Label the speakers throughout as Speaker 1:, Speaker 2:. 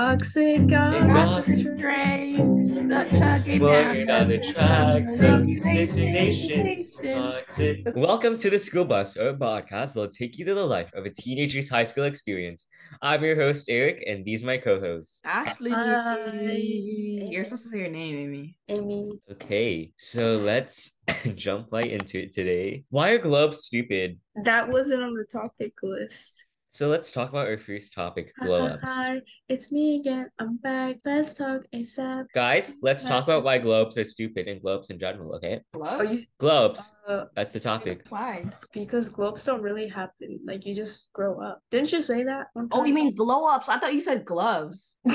Speaker 1: Toxic
Speaker 2: Concentrate, the talking
Speaker 3: What are the tracks of designations?
Speaker 2: Designations.
Speaker 3: Toxic. Welcome to the School Bus, or podcast that'll take you to the life of a teenager's high school experience. I'm your host Eric, and these my co-hosts.
Speaker 2: Ashley, Uh,
Speaker 1: Hi.
Speaker 2: you're supposed to say your name, Amy.
Speaker 1: Amy.
Speaker 3: Okay, so let's jump right into it today. Why are globes stupid?
Speaker 1: That wasn't on the topic list.
Speaker 3: So let's talk about our first topic,
Speaker 1: Uh-huh.
Speaker 3: glow ups.
Speaker 1: Hi, it's me again. I'm back. Let's talk ASAP.
Speaker 3: Guys, let's talk about why globes are stupid and globes in general, okay?
Speaker 1: Oh, you,
Speaker 3: Globes,
Speaker 1: uh,
Speaker 3: that's the topic.
Speaker 2: Why?
Speaker 1: because globes don't really happen. Like you just grow up. Didn't you say that? one
Speaker 2: Oh,
Speaker 1: time?
Speaker 2: you mean glow ups? I thought you said gloves.
Speaker 3: I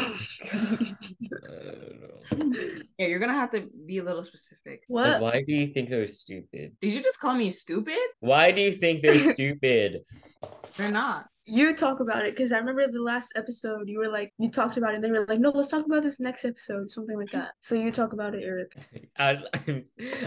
Speaker 3: don't know.
Speaker 2: Yeah, you're gonna have to be a little specific.
Speaker 1: what?
Speaker 3: Like, why do you think they're stupid?
Speaker 2: Did you just call me stupid?
Speaker 3: Why do you think they're stupid?
Speaker 2: They're not.
Speaker 1: You talk about it because I remember the last episode you were like you talked about it. And they were like, no, let's talk about this next episode, something like that. So you talk about it, Eric.
Speaker 3: I, I'm,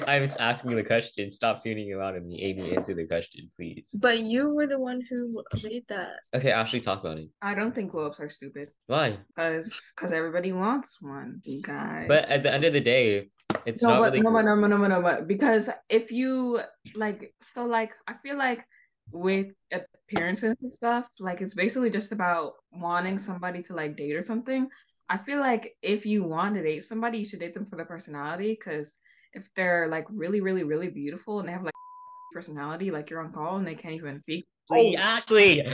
Speaker 3: I'm just asking the question. Stop tuning around at me. Amy, answer the question, please.
Speaker 1: But you were the one who made that.
Speaker 3: Okay, Ashley, talk about it.
Speaker 2: I don't think glow ups are stupid
Speaker 3: Why?
Speaker 2: because because everybody wants one, you guys.
Speaker 3: But at the end of the day, it's
Speaker 2: no,
Speaker 3: not
Speaker 2: but,
Speaker 3: really.
Speaker 2: no, but no, no, no, no, but because if you like, so like, I feel like with appearances and stuff, like it's basically just about wanting somebody to like date or something. I feel like if you want to date somebody, you should date them for their personality because if they're like really, really, really beautiful and they have like personality, like you're on call and they can't even speak.
Speaker 3: Ashley, Ashley!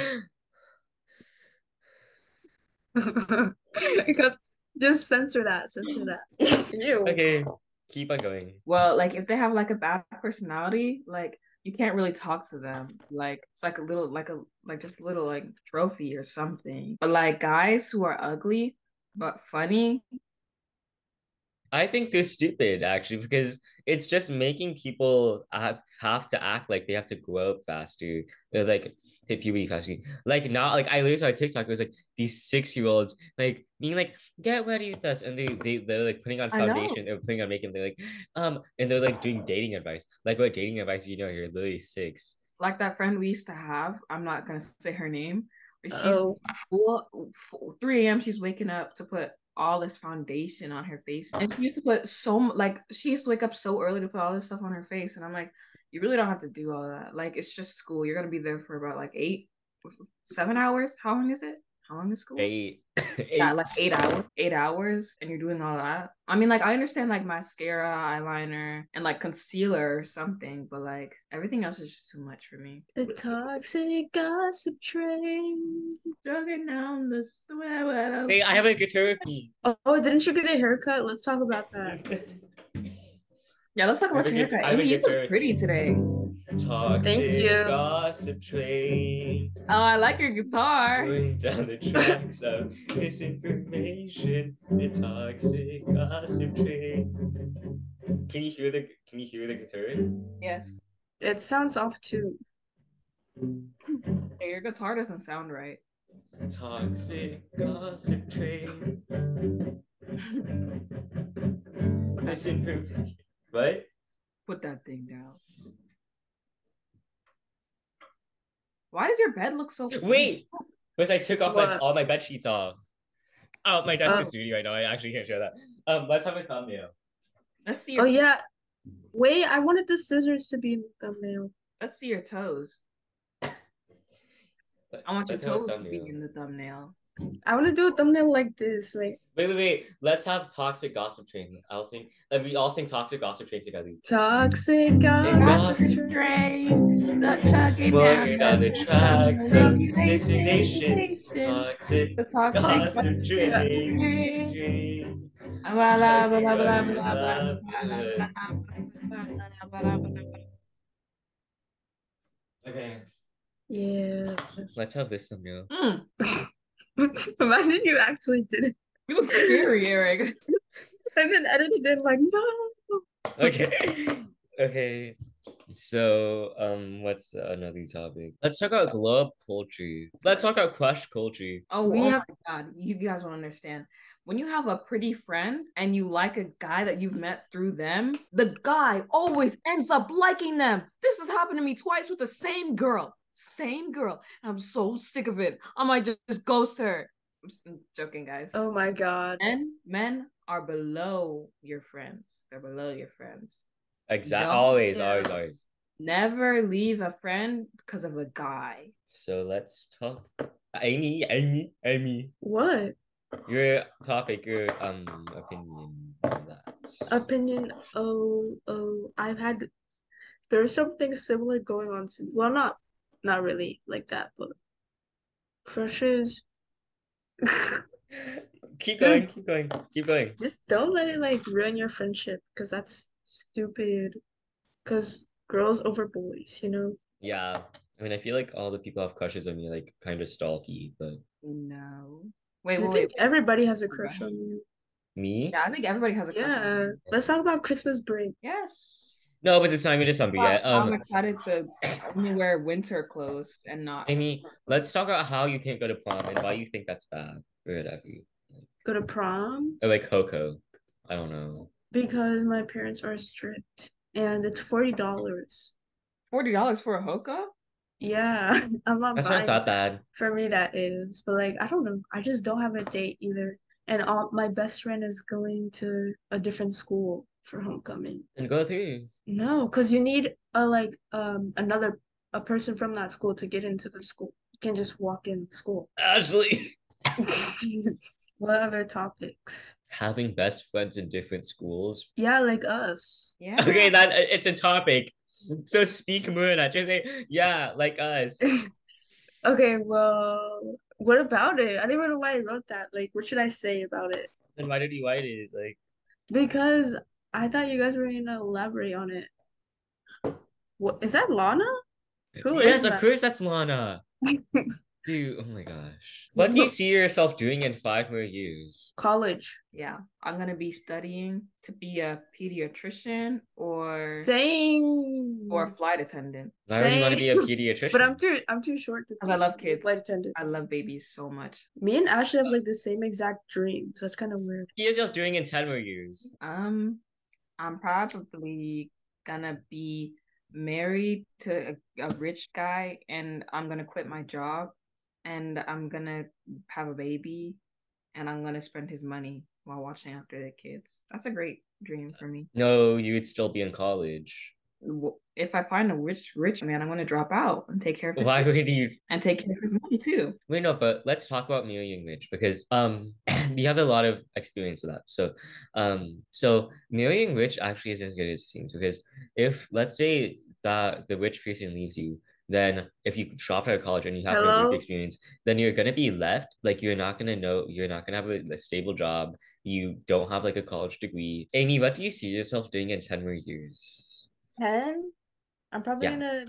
Speaker 1: Just censor that. Censor that. Ew.
Speaker 3: Okay, keep on going.
Speaker 2: Well, like if they have like a bad personality, like you can't really talk to them. Like it's like a little, like a like just a little like trophy or something. But like guys who are ugly but funny,
Speaker 3: I think they're stupid actually because it's just making people have, have to act like they have to grow up faster. They're like hit puberty faster. Like now, like I literally saw a TikTok. It was like these six year olds like being like, "Get ready with us," and they they they're like putting on
Speaker 2: I know.
Speaker 3: foundation. They're putting on makeup. They're like, um, and they're like doing dating advice. Like what dating advice? You know, you're literally six.
Speaker 2: like that friend we used to have. I'm not gonna say her name, but she's
Speaker 1: Oh,
Speaker 2: full, full- 3 a.m. She's waking up to put all this foundation on her face, and she used to put so mu- like she used to wake up so early to put all this stuff on her face, and I'm like, you really don't have to do all that. Like it's just school. You're gonna be there for about like eight, seven hours. How long is it? How long is school?
Speaker 3: Eight.
Speaker 2: Yeah, like eight hours, eight hours, and you're doing all that. I mean, like I understand like mascara, eyeliner, and like concealer or something, but like everything else is just too much for me.
Speaker 1: the toxic gossip train.
Speaker 2: Jogging down the swell.
Speaker 3: Hey, I have a guitar with me.
Speaker 1: Oh, didn't you get a haircut? Let's talk about that.
Speaker 2: Yeah, let's talk
Speaker 3: I
Speaker 2: about
Speaker 3: think
Speaker 2: your
Speaker 3: it's-
Speaker 2: haircut.
Speaker 3: I
Speaker 2: Amy,
Speaker 3: think
Speaker 2: you
Speaker 3: it's
Speaker 2: look
Speaker 3: very-
Speaker 2: pretty today. Oh,
Speaker 3: Toxic
Speaker 1: you.
Speaker 3: gossip train.
Speaker 2: Oh, I like your guitar.
Speaker 3: Going down the tracks of misinformation, the toxic gossip train. Can you hear the Can you hear the guitar?
Speaker 2: Yes.
Speaker 1: It sounds off too.
Speaker 2: Hey, your guitar doesn't sound right.
Speaker 3: Toxic gossip train. Misinformation. What?
Speaker 2: Put that thing down. Why does your bed look so
Speaker 3: Wait, because I took off my
Speaker 1: What?
Speaker 3: all my bed sheets off. Oh, my desk is
Speaker 1: Oh.
Speaker 3: studio right now. I actually can't show that. Um, let's have a thumbnail.
Speaker 2: Let's see
Speaker 1: Oh
Speaker 2: your
Speaker 1: yeah. Wait, I wanted the scissors to be in the thumbnail.
Speaker 2: let's see your toes. I want your
Speaker 3: Let's have a
Speaker 2: toes to be
Speaker 3: thumbnail.
Speaker 2: in the thumbnail.
Speaker 1: I want to do a thumbnail like this. Like
Speaker 3: Wait, wait, wait. Let's have toxic gossip train. I'll sing. Like, we all sing toxic gossip train together.
Speaker 1: toxic gossip
Speaker 3: Gossip
Speaker 2: Gossip
Speaker 1: train.
Speaker 2: train, the chugging
Speaker 3: Blurred
Speaker 2: down
Speaker 3: are
Speaker 2: the
Speaker 3: the tracks of designations.
Speaker 2: designations.
Speaker 3: Toxic
Speaker 2: The toxic
Speaker 3: gossip
Speaker 2: Yeah.
Speaker 3: train.
Speaker 2: Blah, blah, blah, blah, blah, blah, blah, blah, blah.
Speaker 3: Okay.
Speaker 1: Yeah.
Speaker 3: Let's have this thumbnail.
Speaker 2: Mm,
Speaker 1: Imagine you actually did it
Speaker 2: you look scary, Eric.
Speaker 1: and then edited it like no.
Speaker 3: Okay. Okay. So, um, what's another topic? Let's talk about glow up culture. Let's talk about crush culture.
Speaker 2: Oh,
Speaker 1: We
Speaker 2: oh
Speaker 1: have-
Speaker 2: my God. You guys won't understand. When you have a pretty friend and you like a guy that you've met through them, the guy always ends up liking them. This has happened to me twice with the same girl. Same girl. I'm so sick of it. I might just, just ghost her. I'm just joking, guys.
Speaker 1: Oh my god.
Speaker 2: men, men are below your friends. They're below your friends.
Speaker 3: Exactly.
Speaker 2: Yeah.
Speaker 3: Always,
Speaker 1: Yeah.
Speaker 3: always, always.
Speaker 2: Never leave a friend because of a guy.
Speaker 3: So let's talk. Amy, Amy, Amy.
Speaker 1: What?
Speaker 3: Your topic, your um opinion on that.
Speaker 1: Opinion oh oh I've had there's something similar going on to well not not really like that, but crushes
Speaker 3: keep
Speaker 1: There's-
Speaker 3: going, keep going, keep going.
Speaker 1: just don't let it like ruin your friendship because that's stupid. Cause girls over boys, you know?
Speaker 3: Yeah. I mean, I feel like all the people have crushes on me, like kind of stalky, but
Speaker 2: No.
Speaker 1: I
Speaker 2: Wait, wait,
Speaker 1: think
Speaker 2: wait.
Speaker 1: everybody has a crush on you.
Speaker 3: me?
Speaker 2: Yeah, I think everybody has a crush on
Speaker 1: Yeah.
Speaker 2: you.
Speaker 1: Let's talk about Christmas break.
Speaker 2: Yes.
Speaker 3: No, but it's not even just something
Speaker 2: Well,
Speaker 3: yet. Um,
Speaker 2: I'm excited to only wear winter clothes and not.
Speaker 3: Amy, let's talk about how you can't go to prom and why you think that's bad or whatever.
Speaker 1: Go to prom
Speaker 3: Or like Coco. I don't know.
Speaker 1: because my parents are strict and it's forty dollars.
Speaker 2: Forty dollars for a hookah?
Speaker 1: Yeah, I'm not
Speaker 3: That's
Speaker 1: buying
Speaker 3: not
Speaker 1: it.
Speaker 3: that bad.
Speaker 1: For me, that is. But like, I don't know. I just don't have a date either. And all my best friend is going to a different school for homecoming.
Speaker 3: And go through.
Speaker 1: No, because you need a like um another a person from that school to get into the school. You can't just walk in the school.
Speaker 3: Ashley.
Speaker 1: What other topics?
Speaker 3: Having best friends in different schools.
Speaker 1: Yeah, like us.
Speaker 2: Yeah.
Speaker 3: Okay, that it's a topic. So speak Muna. Just say, yeah, like us.
Speaker 1: Okay, well, what about it? I don't even know why I wrote that. Like, what should I say about it?
Speaker 3: Then why did you write it? Like
Speaker 1: Because I thought you guys were gonna elaborate on it. What is that Lana? Who is
Speaker 3: Yes, of
Speaker 1: that?
Speaker 3: course that's Lana. Dude, oh my gosh. What do you see yourself doing in five more years?
Speaker 1: College.
Speaker 2: Yeah. I'm gonna be studying to be a pediatrician or
Speaker 1: Same.
Speaker 2: or a flight attendant.
Speaker 3: Why would you want to be a
Speaker 1: Same.
Speaker 3: pediatrician?
Speaker 1: But I'm too I'm too short to
Speaker 2: 'Cause I
Speaker 1: be
Speaker 2: love kids.
Speaker 1: flight attendant.
Speaker 2: I love babies so much.
Speaker 1: Me and Ashley have like the same exact dreams. That's kind of weird.
Speaker 3: see yourself doing in ten more years.
Speaker 2: Um, I'm probably gonna be married to a, a rich guy, and I'm gonna quit my job, and I'm gonna have a baby, and I'm gonna spend his money while watching after the kids. That's a great dream for me.
Speaker 3: No, you would still be in college.
Speaker 2: W- If I find a rich, rich man, I'm gonna drop out and take care of his
Speaker 3: Why
Speaker 2: kids
Speaker 3: would you
Speaker 2: and take care of his money too.
Speaker 3: Wait, no, but let's talk about marrying rich because um we have a lot of experience with that. So um so marrying rich actually is as good as it seems because if let's say that the rich person leaves you, then if you dropped out of college and you have no
Speaker 1: Hello?
Speaker 3: work experience, then you're gonna be left. Like you're not gonna know you're not gonna have a, a stable job. You don't have like a college degree. Amy, what do you see yourself doing in 10 more years?
Speaker 1: Ten? I'm probably
Speaker 3: Yeah.
Speaker 1: gonna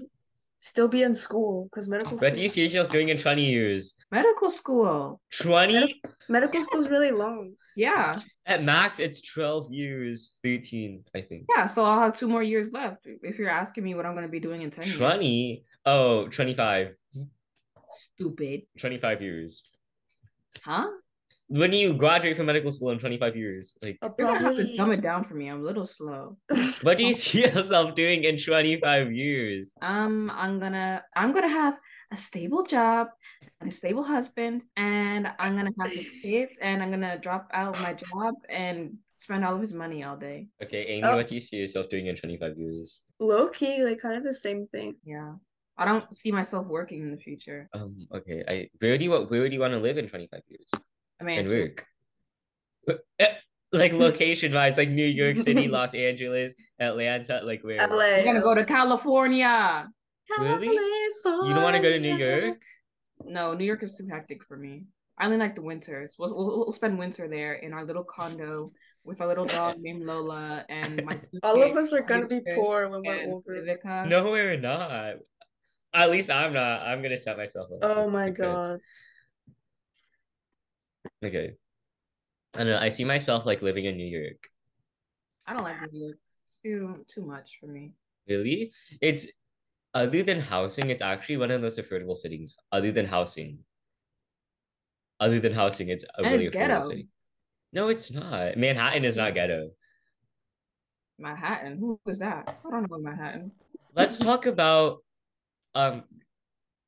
Speaker 1: still be in school because medical
Speaker 3: What do
Speaker 1: school
Speaker 3: you see yourself doing in 20 years?
Speaker 2: Medical school,
Speaker 3: 20?
Speaker 1: medical school's really long.
Speaker 2: yeah,
Speaker 3: At max, it's 12 years, 13, I think.
Speaker 2: yeah. So I'll have two more years left. If you're asking me what I'm gonna be doing in ten years,
Speaker 3: 20? Oh, 25.
Speaker 2: stupid,
Speaker 3: 25 years.
Speaker 2: huh?
Speaker 3: When do you graduate from medical school in 25 years? Like,
Speaker 1: I'll
Speaker 2: You're gonna have
Speaker 1: probably
Speaker 2: to dumb it down for me. I'm a little slow.
Speaker 3: what do you see yourself doing in 25 years?
Speaker 2: Um, I'm gonna I'm gonna have a stable job and a stable husband, and I'm gonna have his kids, and I'm gonna drop out my job and spend all of his money all day.
Speaker 3: Okay, Amy,
Speaker 1: Oh.
Speaker 3: what do you see yourself doing in 25 years?
Speaker 1: low key, like kind of the same thing.
Speaker 2: Yeah, I don't see myself working in the future.
Speaker 3: Um, okay, I where do you wa- where do you want to live in 25 years?
Speaker 2: I
Speaker 3: And
Speaker 2: mean,
Speaker 3: work. Eh, Like location wise, like New York City, Los Angeles, Atlanta, like where?
Speaker 1: LA.
Speaker 2: I'm gonna go to California.
Speaker 3: Really? You don't want to go to New
Speaker 1: California.
Speaker 3: York?
Speaker 2: No, New York is too hectic for me. I only like the winters. We'll, we'll, we'll spend winter there in our little condo with our little dog named Lola and my two
Speaker 1: All of
Speaker 2: kids,
Speaker 1: us are gonna be
Speaker 2: Lucas
Speaker 1: poor when we're
Speaker 2: and
Speaker 1: older.
Speaker 2: Vivica.
Speaker 3: No, we're not. At least I'm not. I'm gonna set myself up.
Speaker 1: Oh
Speaker 3: for
Speaker 1: my
Speaker 3: success.
Speaker 1: god.
Speaker 3: Okay. I don't know. I see myself like living in New York.
Speaker 2: I don't like New York. It's too too much for me.
Speaker 3: Really? It's other than housing, it's actually one of those affordable cities. Other than housing. Other than housing, it's a
Speaker 2: And
Speaker 3: really
Speaker 2: it's
Speaker 3: affordable
Speaker 2: ghetto.
Speaker 3: city. No, it's not. Manhattan is not ghetto.
Speaker 2: Manhattan. Who was that? I don't know Manhattan.
Speaker 3: Let's talk about um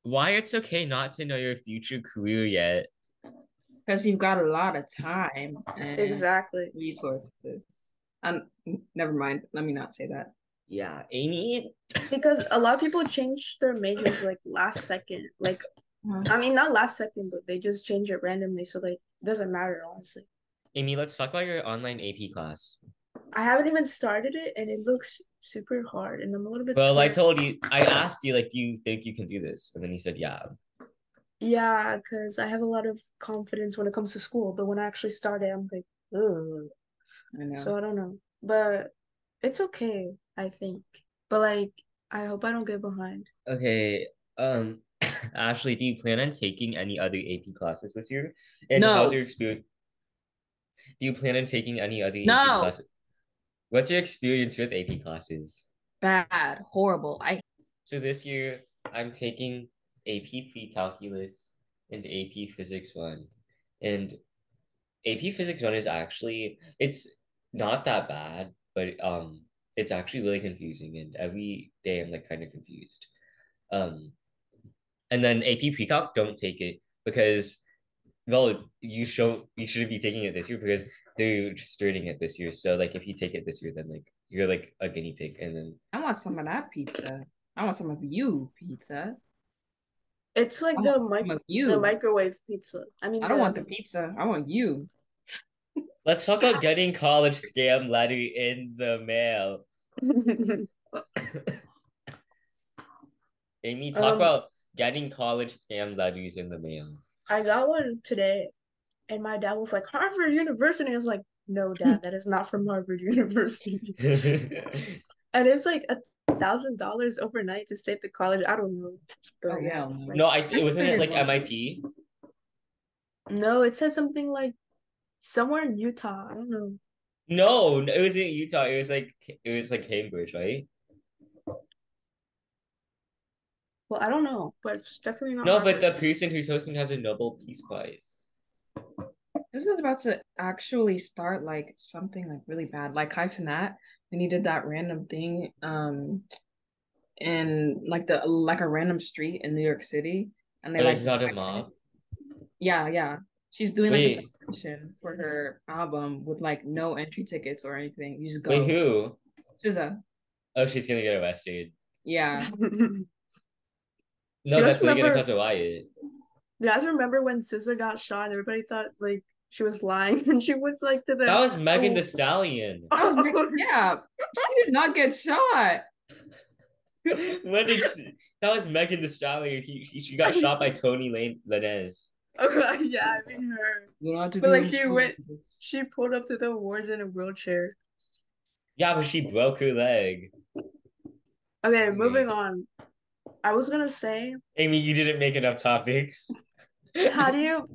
Speaker 3: why it's okay not to know your future career yet.
Speaker 2: because you've got a lot of time and
Speaker 1: Exactly.
Speaker 2: resources. Um, never mind. Let me not say that.
Speaker 3: Yeah, Amy.
Speaker 1: Because a lot of people change their majors like last second. Like
Speaker 2: Mhm.
Speaker 1: I mean not last second, but they just change it randomly, so like it doesn't matter honestly.
Speaker 3: Amy, let's talk about your online AP class.
Speaker 1: I haven't even started it and it looks super hard and I'm a little bit
Speaker 3: Well, I
Speaker 1: scared.
Speaker 3: told you, I asked you, like, do you think you can do this? And then you said, yeah.
Speaker 1: Yeah, because I have a lot of confidence when it comes to school, but when I actually start it, I'm like, Ugh.
Speaker 2: I know.
Speaker 1: So I don't know. But it's okay, I think. But like, I hope I don't get behind.
Speaker 3: Okay. Um, Ashley, do you plan on taking any other AP classes this year? And
Speaker 2: No.
Speaker 3: how's your experience? Do you plan on taking any other AP
Speaker 2: No.
Speaker 3: classes? What's your experience with AP classes?
Speaker 2: Bad, horrible. I
Speaker 3: So this year, I'm taking AP Pre-Calculus and AP Physics 1. And AP Physics 1 is actually, it's not that bad, but um, it's actually really confusing. And every day I'm like kind of confused. Um, and then AP Pre-Calc, don't take it because, well, you show you shouldn't be taking it this year because they're just starting it this year. So like, if you take it this year, then like you're like a guinea pig, and then.
Speaker 2: I want some of that pizza. I want some of you pizza.
Speaker 1: It's like
Speaker 2: I
Speaker 1: the
Speaker 2: want some
Speaker 1: mic
Speaker 2: of you.
Speaker 1: the microwave pizza. I mean,
Speaker 2: I don't
Speaker 1: the-
Speaker 2: want the pizza. I want you.
Speaker 3: Let's talk about getting college scam letter in the mail. Amy, talk
Speaker 1: Um,
Speaker 3: about getting college scam letters in the mail.
Speaker 1: I got one today, and my dad was like, Harvard University. I was like, no, dad, that is not from Harvard University. And it's like a thousand dollars overnight to stay at the college. I don't know. But
Speaker 2: Oh,
Speaker 1: yeah,
Speaker 2: hell no.
Speaker 1: like-
Speaker 3: no, I it wasn't it like
Speaker 2: Well-
Speaker 3: MIT.
Speaker 1: No, it said something like somewhere in Utah. I don't know.
Speaker 3: No, it was in Utah. It was like it was like Cambridge, right?
Speaker 1: Well, I don't know, but it's definitely not.
Speaker 3: No, but the
Speaker 1: Harvard.
Speaker 3: person who's hosting has a Nobel Peace Prize.
Speaker 2: This is about to actually start like something like really bad. Like Kai Sinat, when he did that random thing, um, in like the like a random street in New York City, and they
Speaker 3: And
Speaker 2: like
Speaker 3: he got Uh, a mob.
Speaker 2: Yeah, yeah. She's doing like
Speaker 3: Wait.
Speaker 2: a celebration for her album with like no entry tickets or anything. You just go.
Speaker 3: Wait, who?
Speaker 2: SZA.
Speaker 3: Oh, she's gonna get arrested.
Speaker 2: Yeah.
Speaker 3: No,
Speaker 1: You guys
Speaker 3: that's really gonna
Speaker 1: remember-
Speaker 3: cause a riot.
Speaker 1: You guys remember when SZA got shot and everybody thought like she was lying and she was like to the
Speaker 3: That was Megan
Speaker 1: Oh.
Speaker 3: the Stallion.
Speaker 2: That was Meg- yeah. She did not get shot.
Speaker 3: when did that was Megan the Stallion? He, he she got shot by Tony Lane Lanez.
Speaker 1: yeah, I mean her.
Speaker 2: You don't have to
Speaker 1: But,
Speaker 2: be
Speaker 1: like,
Speaker 2: on
Speaker 1: she
Speaker 2: campus.
Speaker 1: went- She pulled up to the awards in a wheelchair.
Speaker 3: Yeah, but she broke her leg.
Speaker 1: Okay, moving on. I was gonna say,
Speaker 3: Amy, you didn't make enough topics.
Speaker 1: how do you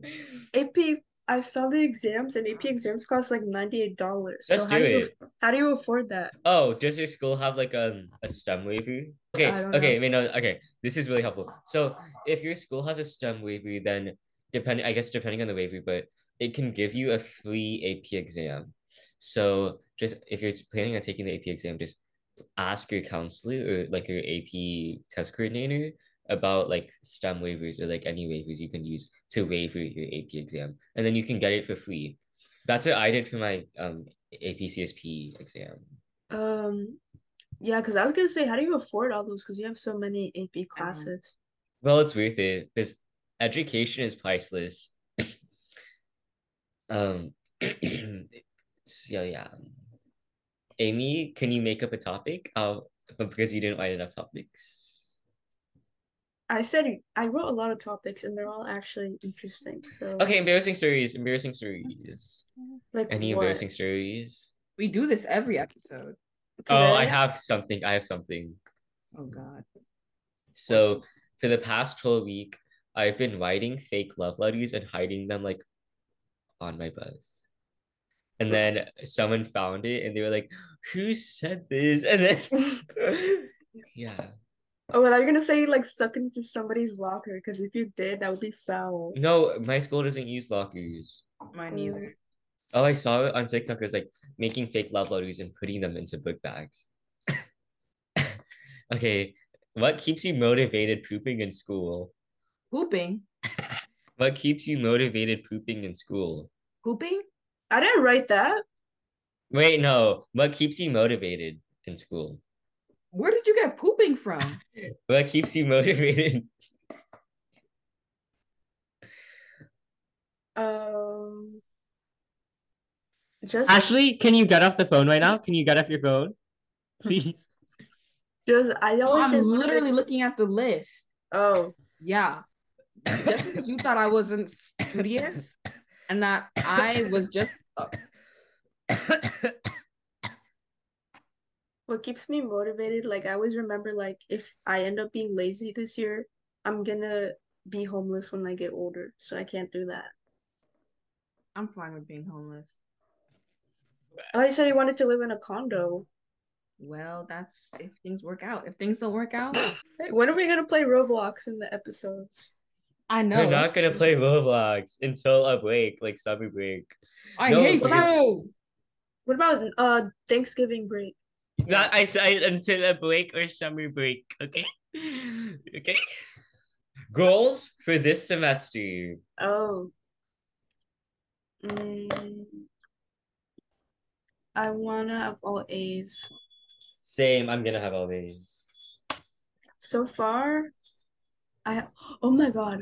Speaker 1: AP? I saw the exams and AP exams cost like ninety eight dollars.
Speaker 3: Let's
Speaker 1: so how
Speaker 3: do
Speaker 1: do you
Speaker 3: it.
Speaker 1: how do you afford that?
Speaker 3: Oh, does your school have like um, a STEM waiver? Okay,
Speaker 1: I don't
Speaker 3: okay, wait, no, okay. This is really helpful. So if your school has a STEM waiver, then depending, I guess depending on the waiver, but it can give you a free AP exam. So just if you're planning on taking the AP exam, just ask your counselor or like your AP test coordinator about like STEM waivers or like any waivers you can use to waiver your AP exam, and then you can get it for free. That's what I did for my um AP CSP exam.
Speaker 1: Um, yeah, because I was gonna say, how do you afford all those? Because you have so many AP classes.
Speaker 3: Well, it's worth it because education is priceless. um, so yeah, Amy, can you make up a topic? Uh, because you didn't write enough topics.
Speaker 1: I said I wrote a lot of topics, and they're all actually interesting. So,
Speaker 3: Okay, embarrassing stories. Embarrassing stories.
Speaker 1: like
Speaker 3: Any
Speaker 1: what?
Speaker 3: embarrassing stories?
Speaker 2: We do this every episode.
Speaker 3: Oh, I
Speaker 1: Today?
Speaker 3: have something. I have something.
Speaker 2: Oh God.
Speaker 3: So for the past whole week, I've been writing fake love letters and hiding them like on my bus. And then someone found it and they were like, Who said this? And then Yeah.
Speaker 1: Oh, well, you're gonna say you, like stuck into somebody's locker because if you did, that would be foul.
Speaker 3: No, my school doesn't use lockers.
Speaker 2: Mine neither.
Speaker 3: Oh, I saw it on TikTok. It was like making fake love letters and putting them into book bags. okay. What keeps you motivated pooping in school?
Speaker 2: Pooping.
Speaker 3: What keeps you motivated pooping in school?
Speaker 2: Pooping?
Speaker 1: I didn't write that.
Speaker 3: Wait, no. What keeps you motivated in school?
Speaker 2: Where did you get pooping from?
Speaker 3: What keeps you motivated?
Speaker 1: Um, just
Speaker 3: Ashley, can you get off the phone right now? Can you get off your phone? Please.
Speaker 1: just I
Speaker 2: Oh,
Speaker 1: always
Speaker 2: I'm
Speaker 1: say
Speaker 2: literally looking at the list.
Speaker 1: Oh,
Speaker 2: Yeah. Just because you thought I wasn't studious and that I was just
Speaker 1: what keeps me motivated? Like I always remember, like if I end up being lazy this year, I'm gonna be homeless when I get older, so I can't do that.
Speaker 2: I'm fine with being homeless.
Speaker 1: Oh, you said you wanted to live in a condo.
Speaker 2: Well, that's if things work out. If things don't work out,
Speaker 1: Hey, when are we gonna play Roblox in the episodes?
Speaker 2: I know.
Speaker 3: We're
Speaker 2: that's-
Speaker 3: not gonna play Roblox until a break, like summer break.
Speaker 2: I
Speaker 3: No,
Speaker 2: hate
Speaker 3: because-
Speaker 2: you.
Speaker 1: What about uh Thanksgiving break?
Speaker 3: Not I said until a break or summer break. Okay. Okay. Goals for this semester.
Speaker 1: Oh. Mm, I wanna have all A's.
Speaker 3: Same. I'm gonna have all these.
Speaker 1: So far, I oh my god.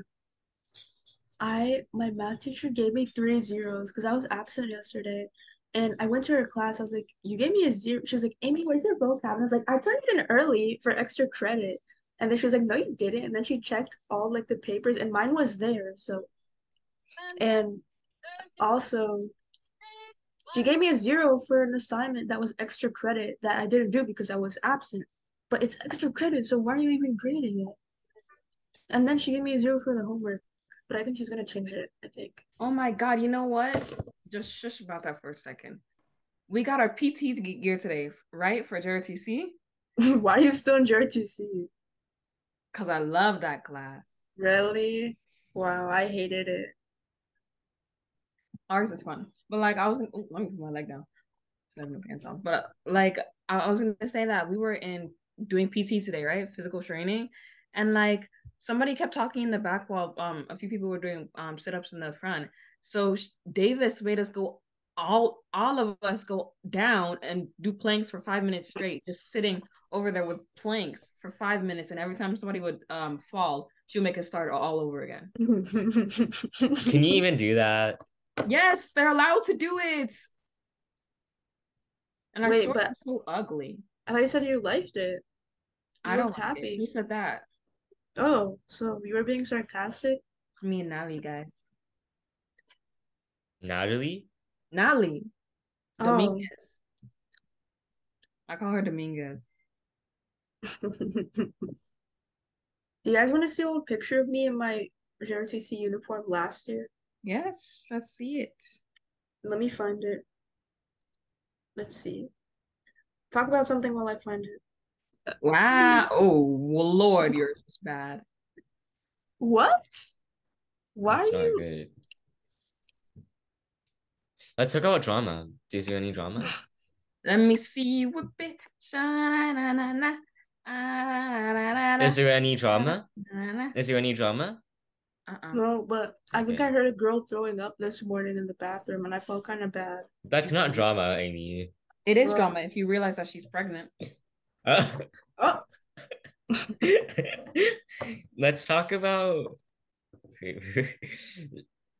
Speaker 1: I my math teacher gave me three zeros because I was absent yesterday. And I went to her class. I was like, "You gave me a zero. She was like, "Amy, where's your vocab?" And I was like, "I turned it in early for extra credit." And then she was like, "No, you didn't." And then she checked all like the papers, and mine was there. So, and also, she gave me a zero for an assignment that was extra credit that I didn't do because I was absent. But it's extra credit, so why are you even grading it? And then she gave me a zero for the homework, but I think she's gonna change it. I think.
Speaker 2: Oh my god, you know what? Just shush about that for a second. We got our PT g- gear today, right? For JRTC?
Speaker 1: why are you still in JRTC?
Speaker 2: Because I love that class.
Speaker 1: Really? Wow, I hated it.
Speaker 2: Ours is fun. But like I was in, ooh, let me put my leg down. It's not my pants off. But like I, I was gonna say that we were in doing PT today, right? Physical training. And like somebody kept talking in the back while um a few people were doing um sit-ups in the front. So sh- Davis made us go all all of us go down and do planks for five minutes straight, just sitting over there with planks for five minutes. And every time somebody would um fall, she would make us start all over again.
Speaker 3: Can you even do that?
Speaker 2: Yes, they're allowed to do it. And our
Speaker 1: Wait,
Speaker 2: shorts
Speaker 1: but-
Speaker 2: are so ugly.
Speaker 1: I thought you said you liked it. You
Speaker 2: I don't
Speaker 1: looked
Speaker 2: like it.
Speaker 1: happy.
Speaker 2: Who said that?
Speaker 1: Oh, so you were being sarcastic?
Speaker 2: Me and Natalie, guys.
Speaker 3: Natalie?
Speaker 2: Natalie
Speaker 1: Oh.
Speaker 2: Dominguez. I call her Dominguez.
Speaker 1: Do Oh. you guys want to see a little picture of me in my JRTC uniform last year?
Speaker 2: Yes, let's see it.
Speaker 1: Let me find it. Let's see. Talk about something while I find it. Uh,
Speaker 2: Wow. Oh, well, Lord, yours is bad.
Speaker 1: What? Why
Speaker 3: That's
Speaker 1: are
Speaker 3: not
Speaker 1: you?
Speaker 3: good. Let's talk about drama. Did you do any drama?
Speaker 2: Let me see you whip it. Sha-na-na-na-na. Ah, Ah-na-na-na.
Speaker 3: Is there any drama?
Speaker 2: Na-na.
Speaker 3: Is there any drama?
Speaker 2: Uh-uh.
Speaker 1: No, but I think
Speaker 3: Okay.
Speaker 1: I heard a girl throwing up this morning in the bathroom, and I felt kind of bad.
Speaker 3: That's not drama, Amy.
Speaker 2: It is
Speaker 1: Well-
Speaker 2: drama if you realize that she's pregnant.
Speaker 1: Oh,
Speaker 3: Let's talk about.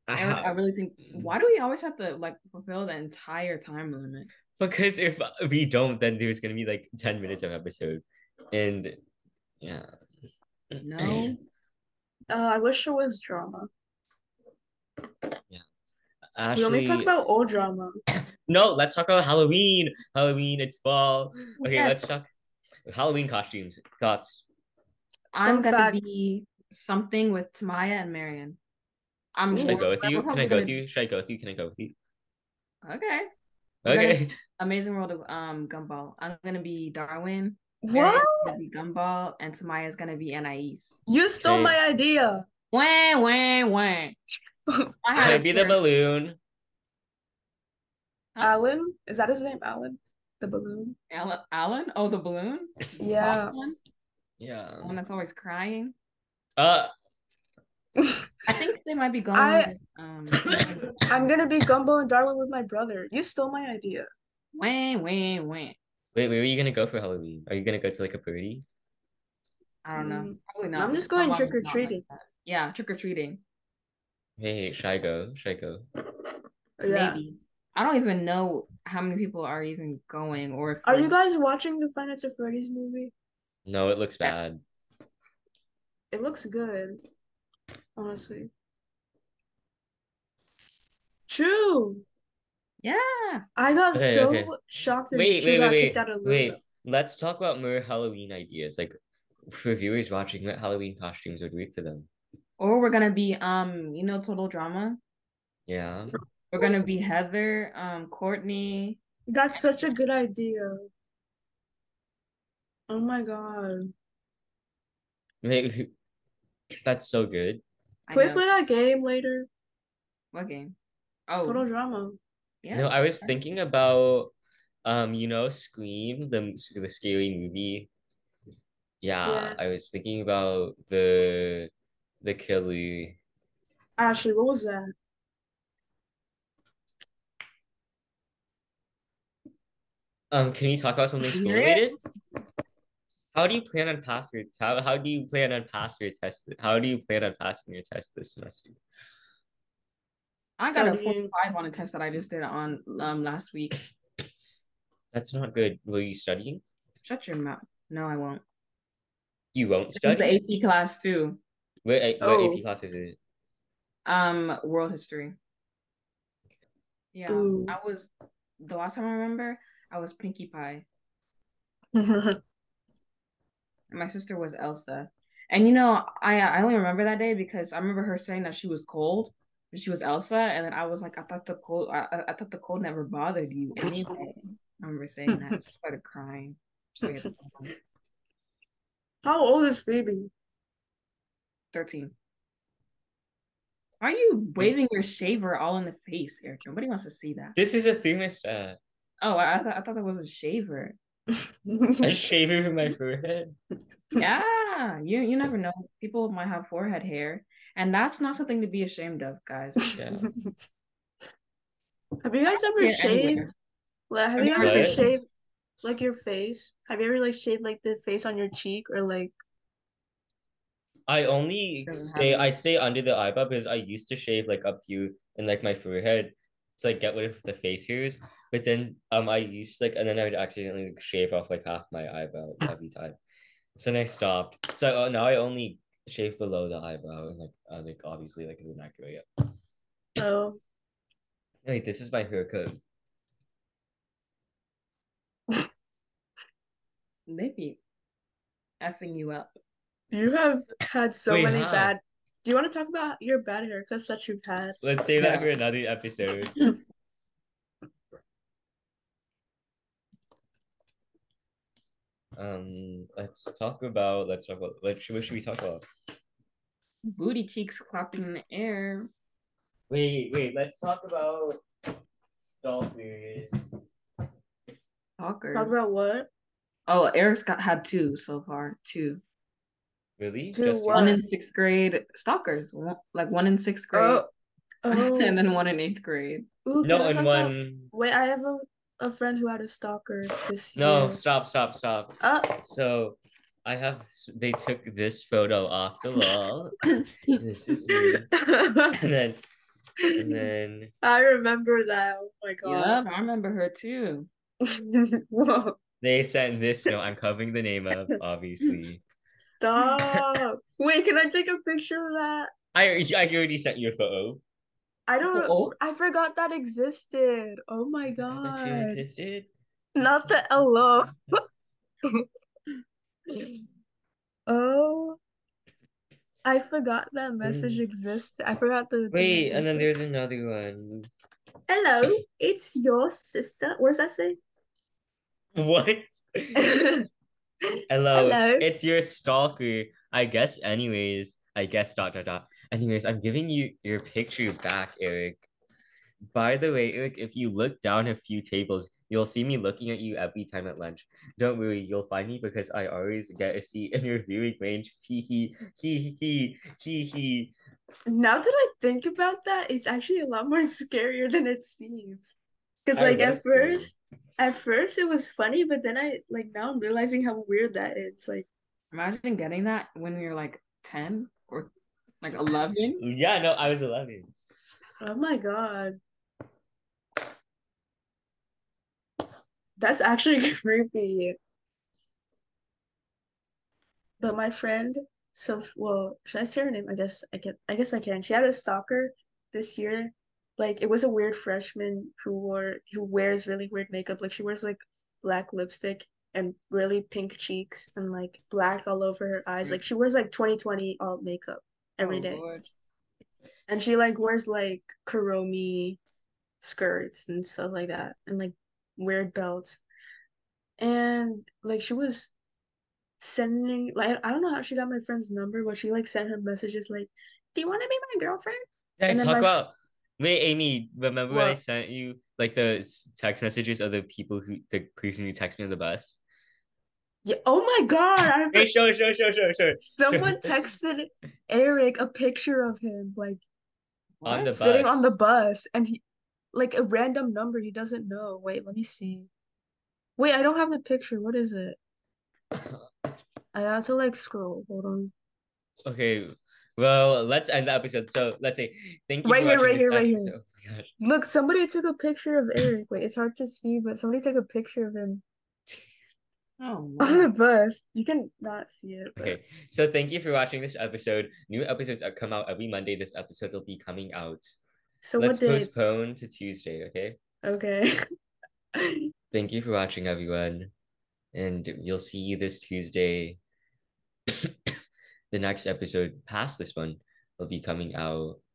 Speaker 2: I, I really think
Speaker 3: Mm.
Speaker 2: why do we always have to like fulfill the entire time limit?
Speaker 3: because if we don't, then there's gonna be like ten minutes of episode, and yeah.
Speaker 2: No.
Speaker 1: uh, I wish it was drama.
Speaker 3: Ashley,
Speaker 1: We only talk about old drama.
Speaker 3: no. Let's talk about Halloween. Halloween, it's fall. Okay,
Speaker 2: Yes,
Speaker 3: let's talk Halloween costumes. Thoughts?
Speaker 2: I'm
Speaker 1: Fun
Speaker 2: gonna
Speaker 1: fact.
Speaker 2: be something with Tamaya and Marion. I'm
Speaker 3: Should I
Speaker 2: we're-
Speaker 3: go with you? Can
Speaker 2: we're
Speaker 3: I
Speaker 2: probably
Speaker 3: go
Speaker 2: gonna-
Speaker 3: with you? Should I go with you? Can I go with you?
Speaker 2: Okay. We're gonna-
Speaker 3: Okay.
Speaker 2: Amazing World of um Gumball. I'm gonna be Darwin.
Speaker 1: What?
Speaker 2: Marion's gonna be Gumball, and Tamaya's gonna be Anais.
Speaker 1: You stole
Speaker 3: Okay.
Speaker 1: my idea.
Speaker 2: Wah wah wah. I
Speaker 3: Can I
Speaker 2: had
Speaker 3: be the
Speaker 2: first.
Speaker 3: balloon?
Speaker 2: Huh?
Speaker 1: Alan? Is that his name? Alan? The balloon?
Speaker 2: Alan, Alan? Oh, the balloon? The
Speaker 1: Yeah.
Speaker 2: soft one?
Speaker 3: Yeah.
Speaker 2: The one that's always crying?
Speaker 3: Uh
Speaker 2: I think they might be gone.
Speaker 1: I-
Speaker 2: um,
Speaker 1: I'm gonna be Gumbo and Darwin with my brother. You stole my idea.
Speaker 2: wait, wait, wait.
Speaker 3: Wait, where are you gonna go for Halloween? Are you gonna go to like a party?
Speaker 2: I don't know.
Speaker 1: Mm,
Speaker 2: Probably not.
Speaker 1: I'm just
Speaker 2: My
Speaker 1: going
Speaker 2: mom is not like
Speaker 1: trick-or-treating.
Speaker 2: that. yeah, trick or treating.
Speaker 3: Hey, should I go? Should I go?
Speaker 1: Yeah.
Speaker 2: Maybe. I don't even know how many people are even going or if
Speaker 1: Are
Speaker 2: we're-
Speaker 1: you guys watching the Five Nights at Freddy's movie?
Speaker 3: No, it looks
Speaker 2: Yes.
Speaker 3: bad.
Speaker 1: It looks good, honestly. True.
Speaker 2: Yeah.
Speaker 1: I got
Speaker 3: Okay,
Speaker 1: so
Speaker 3: okay.
Speaker 1: shocked when
Speaker 3: Wait,
Speaker 1: True
Speaker 3: wait,
Speaker 1: got
Speaker 3: wait,
Speaker 1: kicked
Speaker 3: wait,
Speaker 1: out of
Speaker 3: wait.
Speaker 1: Luna.
Speaker 3: Let's talk about more Halloween ideas. Like for viewers watching, what Halloween costumes would work for them?
Speaker 2: Or we're gonna be um, you know, total drama.
Speaker 3: Yeah.
Speaker 2: We're gonna be Heather, um, Courtney.
Speaker 1: That's such a good idea. Oh my god.
Speaker 3: Wait, who- that's so good.
Speaker 2: I
Speaker 1: Can we
Speaker 2: know.
Speaker 1: play that game later?
Speaker 2: What game? Oh,
Speaker 1: Total drama.
Speaker 2: yes.
Speaker 3: No, I was thinking about um, you know, Scream, the the scary movie. Yeah,
Speaker 1: Yeah.
Speaker 3: I was thinking about the the killer.
Speaker 1: Ashley, what was that?
Speaker 3: Um, can you talk about something school related? How do you plan on passing your how, how do you plan on passing your test? How do you plan on passing your test this semester?
Speaker 2: I got a
Speaker 1: Studying.
Speaker 2: 45 on a test that I just did on um last week.
Speaker 3: That's not good. Were you studying?
Speaker 2: Shut your mouth. No, I won't.
Speaker 3: You won't
Speaker 2: It was the
Speaker 3: study.
Speaker 2: AP class too.
Speaker 3: What, uh, what
Speaker 1: Oh.
Speaker 3: AP class is it?
Speaker 2: Um, world history. Yeah,
Speaker 1: Ooh.
Speaker 2: I was the last time I remember, I was Pinkie Pie. and my sister was Elsa. And you know, I I only remember that day because I remember her saying that she was cold, but she was Elsa, and then I was like, I thought the cold, I, I- I thought the cold never bothered you. Anyway, I remember saying that. I started crying. So yeah,
Speaker 1: How old is Phoebe?
Speaker 2: Thirteen. Why Are you waving your shaver all in the face, Eric? Nobody wants to see that.
Speaker 3: This is a uh, thermostat.
Speaker 2: Oh, I, I, thought, I thought that was a shaver.
Speaker 3: I shave it from my forehead.
Speaker 2: Yeah, you you never know. People might have forehead hair, and that's not something to be ashamed of, guys.
Speaker 3: Yeah.
Speaker 1: Have you guys ever
Speaker 2: Hair anywhere.
Speaker 1: shaved? Like, have
Speaker 2: I've
Speaker 1: you guys ever
Speaker 3: never-
Speaker 1: shaved like your face? Have you ever like shaved like the face on your cheek or like
Speaker 3: I only
Speaker 2: Doesn't
Speaker 3: stay.
Speaker 2: happen.
Speaker 3: I stay under the eyebrow because I used to shave like up here and like my forehead to like get rid of the face hairs. But then um, I used to, like and then I would accidentally like, shave off like half my eyebrow every time. So then I stopped. So uh, now I only shave below the eyebrow and like uh, like obviously like it would not go yet.
Speaker 1: oh
Speaker 3: Wait, this is my haircut.
Speaker 2: They be effing you up.
Speaker 1: you have had so
Speaker 3: Wait,
Speaker 1: many
Speaker 3: how?
Speaker 1: bad do you want to talk about your bad haircuts that you've had?
Speaker 3: Let's save
Speaker 2: Yeah.
Speaker 3: that for another episode. um, let's talk about let's talk about what should, what should we talk about?
Speaker 2: Booty cheeks clapping in the air.
Speaker 3: Wait, wait, let's talk about stalkers.
Speaker 2: Talkers.
Speaker 1: Talk about what?
Speaker 2: oh, Eric's got had two so far. Two.
Speaker 3: Really?
Speaker 1: Do
Speaker 3: Just
Speaker 1: what?
Speaker 2: One in sixth grade. Stalkers. One, like one in sixth grade.
Speaker 1: Oh, oh.
Speaker 2: and then one in eighth grade.
Speaker 1: Ooh,
Speaker 3: no,
Speaker 1: can I talk
Speaker 3: and
Speaker 1: about-
Speaker 3: one.
Speaker 1: Wait, I have a, a friend who had a stalker this
Speaker 3: No,
Speaker 1: year.
Speaker 3: stop, stop, stop.
Speaker 1: Uh,
Speaker 3: So, I have. They took this photo off the wall. this is me. And then, and then.
Speaker 1: I remember that. Oh my
Speaker 2: Yup,
Speaker 1: god.
Speaker 2: I remember her too.
Speaker 1: Whoa.
Speaker 3: They sent this. No, I'm covering the name up, obviously.
Speaker 1: Stop. Wait, can I take a picture of that?
Speaker 3: I I already sent you a photo.
Speaker 1: Oh I don't
Speaker 2: Oh,
Speaker 1: I forgot that existed. Oh my
Speaker 3: That you
Speaker 1: god.
Speaker 3: existed.
Speaker 1: Not the hello. Oh, I forgot that message
Speaker 3: Mm.
Speaker 1: existed. I forgot the thing
Speaker 3: Wait, and then
Speaker 1: existed.
Speaker 3: there's another one.
Speaker 1: Hello, it's your sister. What does that say?
Speaker 3: What? Hello.
Speaker 1: Hello.
Speaker 3: It's your stalker. I guess. Anyways, I guess. Dot dot dot. Anyways, I'm giving you your picture back, Eric. By the way, Eric, if you look down a few tables, you'll see me looking at you every time at lunch. Don't worry, you'll find me because I always get a seat in your viewing range. Tee hee, hee hee, hee hee.
Speaker 1: now that I think about that, it's actually a lot more scarier than it seems. Because
Speaker 3: I
Speaker 1: like at
Speaker 3: was scared.
Speaker 1: first, at first it was funny, but then I like now I'm realizing how weird that is. Like
Speaker 2: Imagine getting that when you're like 10 or like 11.
Speaker 3: Yeah, no, I was 11.
Speaker 1: Oh my god. That's actually creepy. But my friend, so well, should I say her name? I guess I can. I guess I can. She had a stalker this year. Like it was a weird freshman who wore who wears really weird makeup. Like she wears like black lipstick and really pink cheeks and like black all over her eyes. Like she wears like 2020 all makeup every
Speaker 2: Oh,
Speaker 1: day
Speaker 2: Lord.
Speaker 1: and she like wears like karomi skirts and stuff like that and like weird belts and like she was sending like i don't know how she got my friend's number but she like sent her messages like do you want to be my girlfriend
Speaker 3: Did I
Speaker 1: And then
Speaker 3: talk
Speaker 1: my-
Speaker 3: about wait, Amy, remember when I
Speaker 1: What?
Speaker 3: sent you like the s- text messages of the people who the person who texted me on the bus?
Speaker 1: yeah oh my god i
Speaker 3: Hey, show, show, show, show, show.
Speaker 1: someone texted eric a picture of him like
Speaker 3: On the
Speaker 2: What?
Speaker 1: sitting on the
Speaker 3: bus.
Speaker 1: bus and he like a random number he doesn't know wait let me see wait i don't have the picture what is it i have to like scroll hold on
Speaker 3: Okay. Well, let's end the episode. So let's say thank you
Speaker 1: Right
Speaker 3: for
Speaker 1: here,
Speaker 3: watching
Speaker 1: right here, right here.
Speaker 3: this episode. Oh my gosh.
Speaker 1: Look, somebody took a picture of Eric. Wait, it's hard to see, but somebody took a picture of him
Speaker 2: Oh,
Speaker 1: on the
Speaker 2: Lord.
Speaker 1: bus. You can not see it, but
Speaker 3: Okay, so thank you for watching this episode. New episodes are come out every Monday. This episode will be coming out.
Speaker 1: so
Speaker 3: Let's
Speaker 1: what did
Speaker 3: postpone to Tuesday, okay?
Speaker 1: okay.
Speaker 3: Thank you for watching, everyone. And we'll see you this Tuesday. the next episode past this one will be coming out